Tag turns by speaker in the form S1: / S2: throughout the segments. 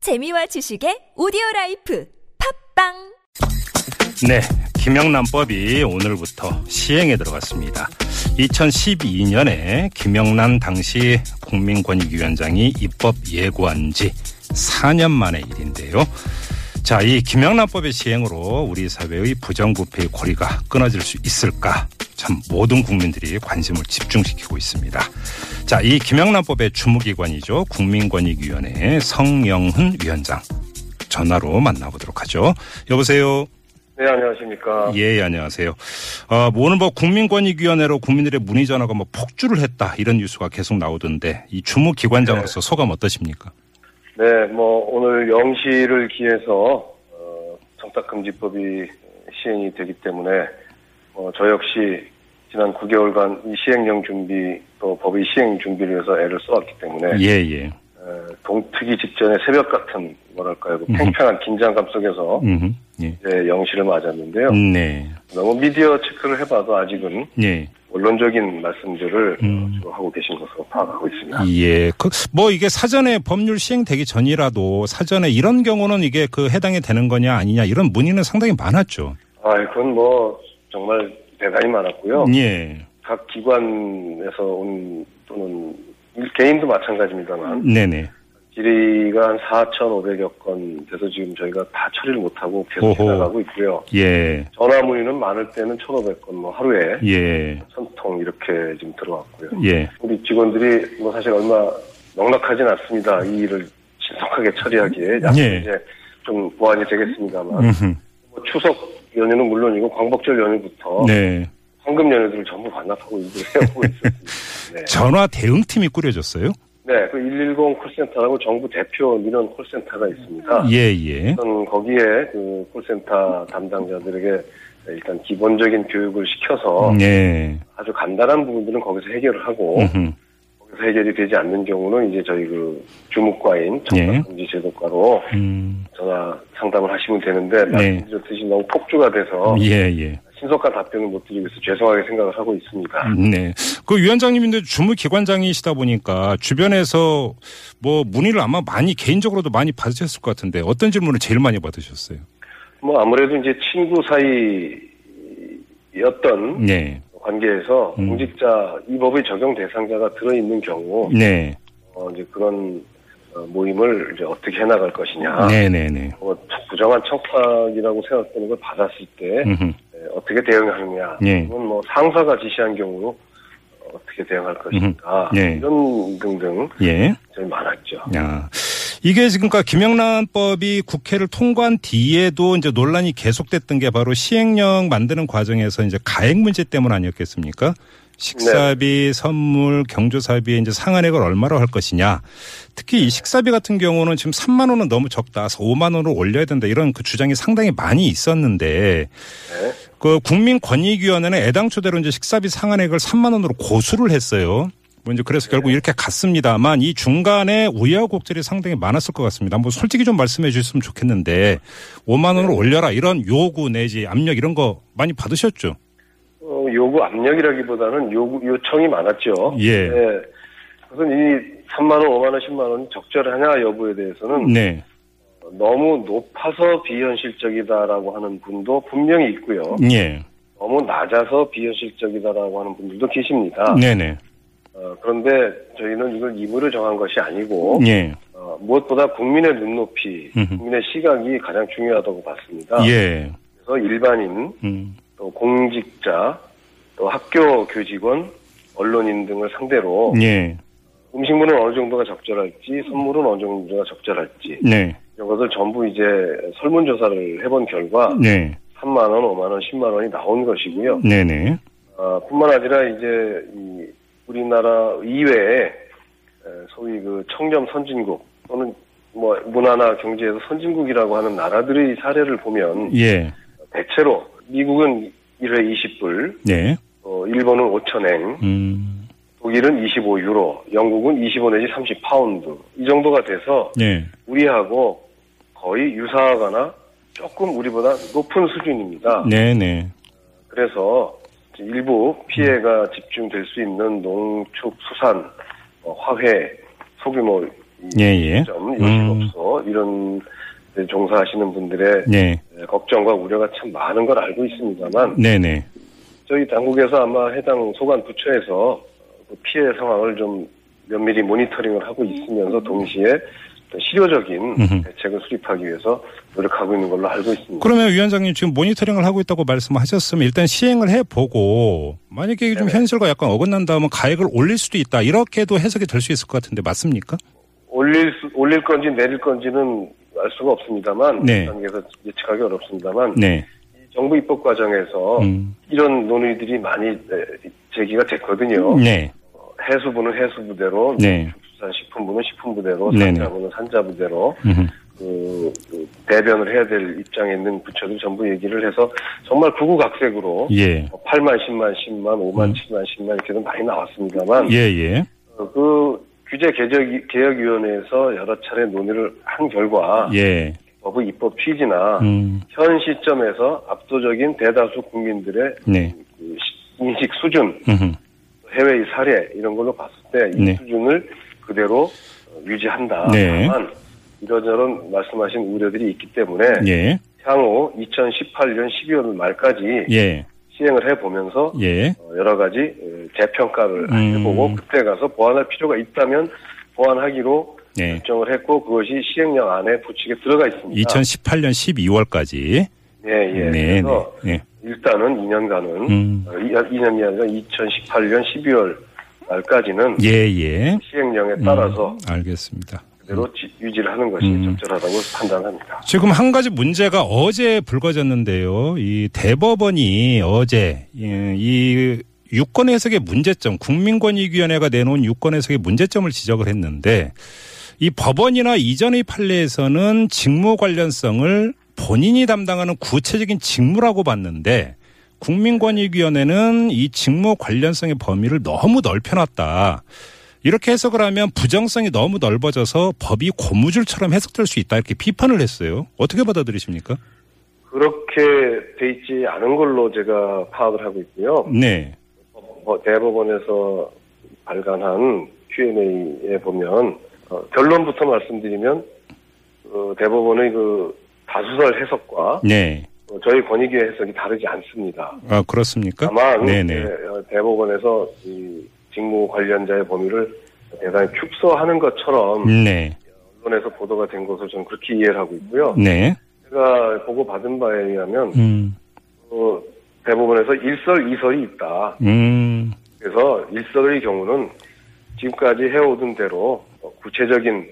S1: 재미와 지식의 오디오 라이프 팝빵
S2: 네, 김영란법이 오늘부터 시행에 들어갔습니다. 2012년에 김영란 당시 국민권익위원장이 입법 예고한 지 4년 만의 일인데요. 자, 이 김영란법의 시행으로 우리 사회의 부정부패의 고리가 끊어질 수 있을까? 참 모든 국민들이 관심을 집중시키고 있습니다. 자, 이 김영란법의 주무기관이죠. 국민권익위원회 성영훈 위원장. 전화로 만나보도록 하죠. 여보세요.
S3: 네, 안녕하십니까.
S2: 예, 안녕하세요. 아, 뭐 오늘 뭐 국민권익위원회로 국민들의 문의 전화가 뭐 폭주를 했다 이런 뉴스가 계속 나오던데 이 주무 기관장으로서 소감 어떠십니까?
S3: 네, 뭐, 오늘 0시를 기해서, 어, 청탁금지법이 시행이 되기 때문에, 어, 저 역시 지난 9개월간 이 시행령 준비, 또 법의 시행 준비를 위해서 애를 써왔기 때문에,
S2: 예, 예.
S3: 어, 동트기 직전의 새벽 같은, 뭐랄까요, 그 팽팽한 긴장감 속에서,
S2: 음, 예.
S3: 이제 0시를 맞았는데요.
S2: 네,
S3: 너무 미디어 체크를 해봐도 아직은
S2: 예,
S3: 원론적인 말씀들을
S2: 음.
S3: 어, 주로 하고 계신 것으로 파악하고 있습니다.
S2: 예. 그, 뭐 이게 사전에 법률 시행되기 전이라도 사전에 이런 경우는 이게 그 해당이 되는 거냐 아니냐 이런 문의는 상당히 많았죠.
S3: 아, 그건 뭐 정말 대단히 많았고요.
S2: 예,
S3: 각 기관에서 온 또는 일- 개인도 마찬가지입니다만
S2: 네, 네.
S3: 질의가 한 4,500여 건 돼서 지금 저희가 다 처리를 못하고 계속
S2: 오호.
S3: 해나가고 있고요.
S2: 예,
S3: 전화 문의는 많을 때는 1,500건 뭐 하루에
S2: 예,
S3: 1,000통 이렇게 지금 들어왔고요.
S2: 예.
S3: 우리 직원들이 뭐 사실 얼마 넉넉하진 않습니다. 이 일을 신속하게 처리하기에 약간
S2: 예.
S3: 이제 좀 보완이 되겠습니다만
S2: 음흠.
S3: 뭐 추석 연휴는 물론이고 광복절 연휴부터
S2: 네.
S3: 황금 연휴들을 전부 반납하고 일을 해오고 있었습니다. 네.
S2: 전화 대응팀이 꾸려졌어요?
S3: 네, 그 110 콜센터라고 정부 대표 민원 콜센터가 있습니다.
S2: 예, 예.
S3: 우선 거기에 그 콜센터 담당자들에게 일단 기본적인 교육을 시켜서
S2: 예.
S3: 아주 간단한 부분들은 거기서 해결을 하고
S2: 음흠.
S3: 거기서 해결이 되지 않는 경우는 이제 저희 그 주무과인
S2: 예.
S3: 정상금지제도과로
S2: 음.
S3: 전화 상담을 하시면 되는데 말씀드렸듯이 너무 폭주가 돼서
S2: 예, 예.
S3: 신속한 답변을 못 드리고 있어 죄송하게 생각을 하고 있습니다.
S2: 네. 그 위원장님인데 주무기관장이시다 보니까 주변에서 뭐 문의를 아마 많이 개인적으로도 많이 받으셨을 것 같은데 어떤 질문을 제일 많이 받으셨어요?
S3: 뭐 아무래도 이제 친구 사이였던
S2: 네.
S3: 관계에서
S2: 음.
S3: 공직자 이 법의 적용 대상자가 들어있는 경우
S2: 네.
S3: 어, 이제 그런 어, 모임을 이제 어떻게 해나갈 것이냐
S2: 네네네.
S3: 뭐 부정한 척박이라고 생각되는 걸 받았을 때
S2: 음흠.
S3: 에, 어떻게 대응하느냐
S2: 예.
S3: 이건 뭐 상사가 지시한 경우 어떻게 대응할 것인가
S2: 음. 예.
S3: 이런 등등
S2: 예.
S3: 좀 많았죠.
S2: 야. 이게 지금 그러니까 김영란법이 국회를 통과한 뒤에도 이제 논란이 계속됐던 게 바로 시행령 만드는 과정에서 이제 가액 문제 때문 아니었겠습니까? 식사비, 선물, 경조사비의 이제 상한액을 얼마로 할 것이냐. 특히 이 식사비 같은 경우는 지금 3만 원은 너무 적다. 5만 원으로 올려야 된다. 이런 그 주장이 상당히 많이 있었는데
S3: 네.
S2: 그 국민권익위원회는 애당초대로 이제 식사비 상한액을 3만 원으로 고수를 했어요. 뭐 이제 그래서 결국 이렇게 갔습니다만 이 중간에 우여곡절이 상당히 많았을 것 같습니다. 뭐 솔직히 좀 말씀해 주셨으면 좋겠는데 5만 원으로 올려라 이런 요구 내지 압력 이런 거 많이 받으셨죠?
S3: 어, 요구 압력이라기보다는 요구 요청이 많았죠.
S2: 예.
S3: 네. 우선 이 3만 원, 5만 원, 10만 원 적절하냐 여부에 대해서는
S2: 네.
S3: 너무 높아서 비현실적이다라고 하는 분도 분명히 있고요.
S2: 예.
S3: 너무 낮아서 비현실적이다라고 하는 분들도 계십니다.
S2: 네네.
S3: 어, 그런데 저희는 이걸 임의로 정한 것이 아니고
S2: 예.
S3: 어, 무엇보다 국민의 눈높이,
S2: 음흠.
S3: 국민의 시각이 가장 중요하다고 봤습니다.
S2: 예.
S3: 그래서 일반인,
S2: 음.
S3: 또 공직자, 또 학교 교직원, 언론인 등을 상대로
S2: 예.
S3: 음식물은 어느 정도가 적절할지, 선물은 어느 정도가 적절할지
S2: 네.
S3: 이런 것을 전부 이제 설문조사를 해본 결과
S2: 네.
S3: 3만 원, 5만 원, 10만 원이 나온 것이고요.
S2: 네네.
S3: 아, 뿐만 아니라 이제 이 우리나라 이외에 에, 소위 그 청렴 선진국 또는 뭐 문화나 경제에서 선진국이라고 하는 나라들의 사례를 보면
S2: 예.
S3: 대체로 미국은 1회 20불,
S2: 네.
S3: 어, 일본은 5천엔,
S2: 음.
S3: 독일은 25유로, 영국은 25 내지 30 파운드 이 정도가 돼서
S2: 예.
S3: 우리하고 거의 유사하거나 조금 우리보다 높은 수준입니다.
S2: 네네.
S3: 그래서 이제 일부
S2: 음.
S3: 피해가 집중될 수 있는 농축, 수산, 어, 화훼, 소규모
S2: 예, 예.
S3: 점,
S2: 음.
S3: 요식업소 이런 데 종사하시는 분들의
S2: 네.
S3: 예, 걱정과 우려가 참 많은 걸 알고
S2: 음.
S3: 있습니다만
S2: 네네.
S3: 저희 당국에서 아마 해당 소관 부처에서 그 피해 상황을 좀 면밀히 모니터링을 하고 있으면서 동시에 어떤
S2: 음흠.
S3: 실효적인 대책을 수립하기 위해서 노력하고 있는 걸로 알고 있습니다.
S2: 그러면 위원장님 지금 모니터링을 하고 있다고 말씀하셨으면 일단 시행을 해보고 만약에 좀
S3: 네네.
S2: 현실과 약간 어긋난다면 가액을 올릴 수도 있다. 이렇게도 해석이 될 수 있을 것 같은데 맞습니까?
S3: 올릴 수- 올릴 건지 내릴 건지는 알 수가 없습니다만
S2: 네.
S3: 그 단계에서 예측하기 어렵습니다만
S2: 네.
S3: 이 정부 입법 과정에서
S2: 음.
S3: 이런 논의들이 많이 에, 제기가 됐거든요.
S2: 네.
S3: 해수부는 해수부대로,
S2: 네.
S3: 축산 식품부는 식품부대로,
S2: 네네.
S3: 산자부는 산자부대로
S2: 음흠.
S3: 그, 그 대변을 해야 될 입장에 있는 부처들 전부 얘기를 해서 정말 구구각색으로 뭐
S2: 예. 음.
S3: 8만, 10만, 10만, 5만, 7만, 10만 이렇게도 많이 나왔습니다만
S2: 예, 예.
S3: 어, 그 규제 개혁, 개혁위원회에서 여러 차례 논의를 한 결과
S2: 예.
S3: 법의 입법 취지나
S2: 음.
S3: 현 시점에서 압도적인 대다수 국민들의
S2: 네.
S3: 그 시- 인식 수준,
S2: 음흠.
S3: 해외의 사례 이런 걸로 봤을 때 이
S2: 네.
S3: 수준을 그대로 어, 유지한다.
S2: 네.
S3: 다만 이러저런 말씀하신 우려들이 있기 때문에
S2: 예.
S3: 향후 2018년 12월 말까지
S2: 예.
S3: 시행을 해보면서
S2: 예.
S3: 어, 여러 가지 어, 재평가를
S2: 음.
S3: 해보고 그때 가서 보완할 필요가 있다면 보완하기로
S2: 예.
S3: 결정을 했고 그것이 시행령 안에 부칙에 들어가 있습니다.
S2: 2018년 12월까지.
S3: 예,
S2: 네,
S3: 예.
S2: 네.
S3: 그래서
S2: 네.
S3: 일단은 2년간은 어,
S2: 음.
S3: 2년이 아니라 2018년 12월 말까지는
S2: 예, 예.
S3: 시행령에 따라서
S2: 음, 알겠습니다.
S3: 그대로 지- 유지를 하는 것이 적절하다고 판단합니다.
S2: 지금 한 가지 문제가 어제 불거졌는데요. 이 대법원이 어제 예, 이 유권 해석의 문제점, 국민권익위원회가 내놓은 유권 해석의 문제점을 지적을 했는데 이 법원이나 이전의 판례에서는 직무 관련성을 본인이 담당하는 구체적인 직무라고 봤는데 국민권익위원회는 이 직무 관련성의 범위를 너무 넓혀놨다. 이렇게 해석을 하면 부정성이 너무 넓어져서 법이 고무줄처럼 해석될 수 있다 이렇게 비판을 했어요. 어떻게 받아들이십니까?
S3: 그렇게 돼 있지 않은 걸로 제가 파악을 하고 있고요.
S2: 네,
S3: 어, 대법원에서 발간한 Q&A에 보면 어, 결론부터 말씀드리면 어, 대법원의 그 다수설 해석과
S2: 네,
S3: 어, 저희 권익위의 해석이 다르지 않습니다.
S2: 아 그렇습니까?
S3: 다만
S2: 네, 네,
S3: 대- 어, 대법원에서 이 직무 관련자의 범위를 대단히 축소하는 것처럼
S2: 네,
S3: 언론에서 보도가 된 것을 저는 그렇게 이해를 하고 있고요.
S2: 네,
S3: 제가 보고 받은 바에 의하면
S2: 음,
S3: 어, 대법원에서 일설이설이 있다.
S2: 음,
S3: 그래서 일설의 경우는 지금까지 해오던 대로 어, 구체적인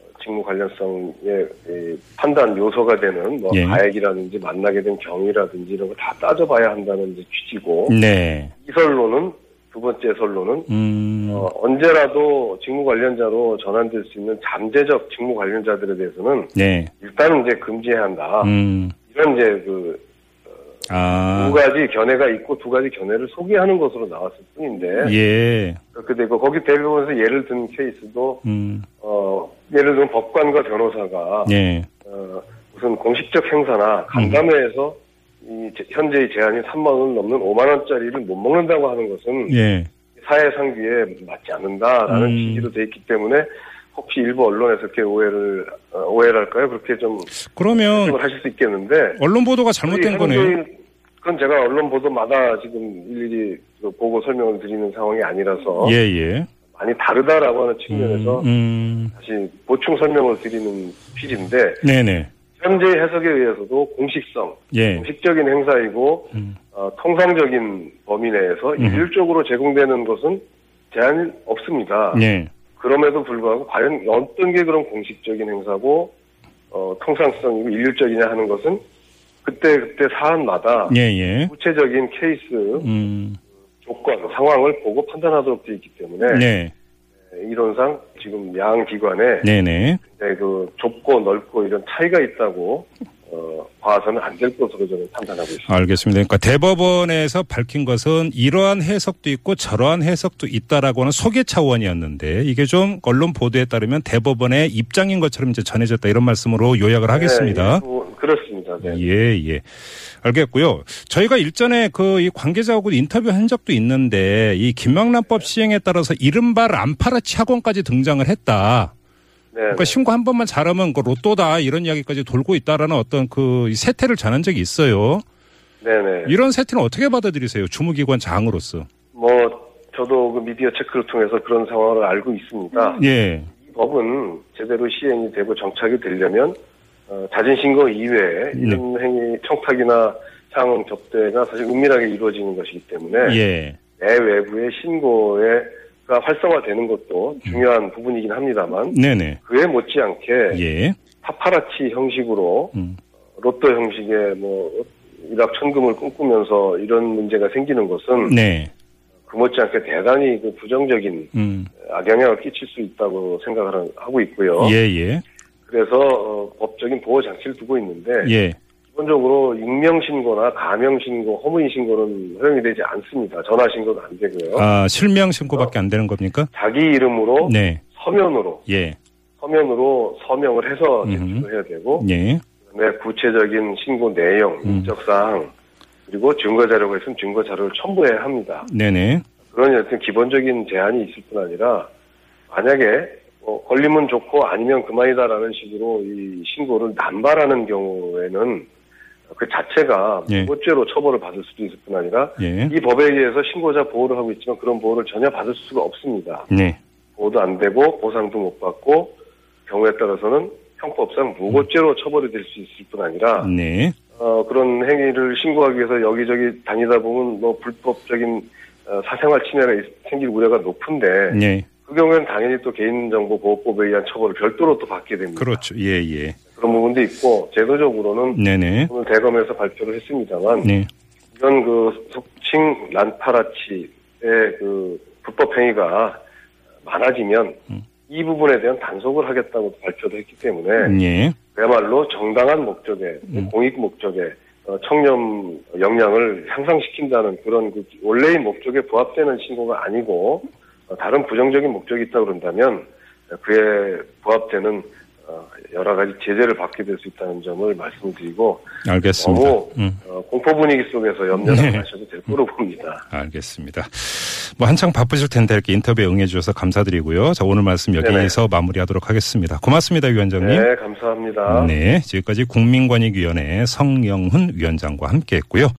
S3: 어, 직무 관련성의 이, 판단 요소가 되는 뭐
S2: 예.
S3: 가액이라든지 만나게 된 경위라든지 이런 거 다 따져봐야 한다는 이제 취지고
S2: 네,
S3: 이설로는 두 번째 설로는
S2: 음,
S3: 어, 언제라도 직무 관련자로 전환될 수 있는 잠재적 직무 관련자들에 대해서는
S2: 네,
S3: 일단은 이제 금지해야 한다.
S2: 음,
S3: 이런 이제 그 두
S2: 아,
S3: 가지 견해가 있고 두 가지 견해를 소개하는 것으로 나왔을 뿐인데
S2: 예,
S3: 그렇게 되고 거기 대법원에서 예를 든 케이스도
S2: 음,
S3: 어 예를 들면 법관과 변호사가
S2: 예, 음.
S3: 어, 무슨 공식적 행사나 간담회에서 이 제- 현재의 제한이 3만 원 넘는 5만 원짜리를 못 먹는다고 하는 것은
S2: 예,
S3: 사회상규에 맞지 않는다라는
S2: 음.
S3: 취지로 돼 있기 때문에 혹시 일부 언론에서 그렇게 오해를 어, 오해랄까요? 그렇게 좀
S2: 그러면
S3: 해석을 하실 수 있겠는데
S2: 언론 보도가 잘못된
S3: 저희
S2: 거네요.
S3: 한국인- 그건 제가 언론 보도마다 지금 일일이 그 보고 설명을 드리는 상황이 아니라서
S2: 예, 예,
S3: 많이 다르다라고 하는
S2: 음,
S3: 측면에서
S2: 음,
S3: 다시 보충 설명을 드리는 필인데
S2: 네, 네,
S3: 현재 해석에 의해서도 공식성,
S2: 예,
S3: 공식적인 행사이고
S2: 음.
S3: 어, 통상적인 범위 내에서
S2: 음.
S3: 일률적으로 제공되는 것은 제한이 없습니다.
S2: 예,
S3: 그럼에도 불구하고 과연 어떤 게 그런 공식적인 행사고 어, 통상성이고 일률적이냐 하는 것은 그때 그때 사안마다
S2: 예, 예,
S3: 구체적인 케이스
S2: 음,
S3: 조건 상황을 보고 판단하도록 돼 있기 때문에
S2: 네,
S3: 이론상 지금 양 기관에
S2: 네, 네.
S3: 굉장히 그 좁고 넓고 이런 차이가 있다고 어, 봐서는 안 될 것으로 저는 판단하고 있습니다.
S2: 알겠습니다. 그러니까 대법원에서 밝힌 것은 이러한 해석도 있고 저러한 해석도 있다라고 하는 소개 차원이었는데 이게 좀 언론 보도에 따르면 대법원의 입장인 것처럼 이제 전해졌다 이런 말씀으로 요약을
S3: 네,
S2: 하겠습니다.
S3: 예, 뭐 그렇습니다. 네.
S2: 예, 예. 알겠고요. 저희가 일전에 그 이 관계자하고 인터뷰 한 적도 있는데 이 김영란법 시행에 따라서 이른바 람파라치 학원까지 등장을 했다.
S3: 네.
S2: 그러니까 신고 한 번만 잘하면 그 로또다 이런 이야기까지 돌고 있다라는 어떤 그 세태를 전한 적이 있어요.
S3: 네네.
S2: 이런 세태는 어떻게 받아들이세요? 주무기관 장으로서.
S3: 뭐 저도 그 미디어 체크를 통해서 그런 상황을 알고 있습니다.
S2: 예.
S3: 이 법은 제대로 시행이 되고 정착이 되려면 어, 자진신고 이외에
S2: 예.
S3: 이런 행위 청탁이나 창원 접대가 사실 은밀하게 이루어지는 것이기 때문에
S2: 예.
S3: 내 외부의 신고가 활성화되는
S2: 음.
S3: 것도 중요한 부분이긴 합니다만
S2: 네네.
S3: 그에 못지않게
S2: 예.
S3: 파파라치 형식으로
S2: 음.
S3: 로또 형식의 뭐 일확천금을 꿈꾸면서 이런 문제가 생기는 것은
S2: 네.
S3: 그 못지않게 대단히 그 부정적인
S2: 음.
S3: 악영향을 끼칠 수 있다고 생각을 하고 있고요.
S2: 예, 예.
S3: 그래서 어, 법적인 보호 장치를 두고 있는데
S2: 예.
S3: 기본적으로 익명 신고나 가명 신고, 허무인 신고는 허용이 되지 않습니다. 전화 신고도 안 되고요.
S2: 아, 실명
S3: 어?
S2: 신고밖에 안 되는 겁니까?
S3: 자기 이름으로
S2: 네.
S3: 서면으로
S2: 예.
S3: 서면으로 서명을 해서
S2: 음흠.
S3: 제출해야 되고
S2: 예.
S3: 그다음에 구체적인 신고 내용,
S2: 음.
S3: 인적 사항 그리고 증거 자료가 있으면 증거 자료를 첨부해야 합니다.
S2: 네네.
S3: 그런 여튼 기본적인 제한이 있을 뿐 아니라 만약에 어, 걸리면 좋고 아니면 그만이다라는 식으로 이 신고를 남발하는 경우에는 그 자체가
S2: 예.
S3: 무고죄로 처벌을 받을 수도 있을 뿐 아니라
S2: 예.
S3: 이 법에 의해서 신고자 보호를 하고 있지만 그런 보호를 전혀 받을 수가 없습니다.
S2: 네.
S3: 보호도 안 되고 보상도 못 받고 경우에 따라서는 형법상 무고죄로 처벌이 될 수 있을 뿐 아니라
S2: 네.
S3: 어, 그런 행위를 신고하기 위해서 여기저기 다니다 보면 뭐 불법적인 어, 사생활 침해가 있- 생길 우려가 높은데
S2: 네.
S3: 그 경우에는 당연히 또 개인정보보호법에 의한 처벌을 별도로 또 받게 됩니다.
S2: 그렇죠. 음. 예, 예.
S3: 런 부분도 있고 제도적으로는
S2: 네네.
S3: 오늘 대검에서 발표를 했습니다만
S2: 네.
S3: 이런 그 속칭 란파라치의 그 불법 행위가 많아지면
S2: 음.
S3: 이 부분에 대한 단속을 하겠다고 발표도 했기 때문에
S2: 예.
S3: 그야말로 정당한 목적에
S2: 음.
S3: 공익 목적에 어, 청렴 역량을 향상시킨다는 그런 그 원래의 목적에 부합되는 신고가 아니고 어, 다른 부정적인 목적이 있다 그런다면 어, 그에 부합되는 어, 여러 가지 제재를 받게 될 수 있다는 점을 말씀드리고
S2: 알겠습니다.
S3: 너무
S2: 음. 네.
S3: 어, 공포 분위기 속에서 염려를 안 하셔도 될 거로 봅니다.
S2: 알겠습니다. 뭐 한창 바쁘실 텐데 이렇게 인터뷰에 응해주셔서 감사드리고요. 자, 오늘 말씀 여기에서 마무리하도록 하겠습니다. 고맙습니다, 위원장님.
S3: 네, 감사합니다.
S2: 네, 지금까지 국민권익위원회 성영훈 위원장과 함께했고요.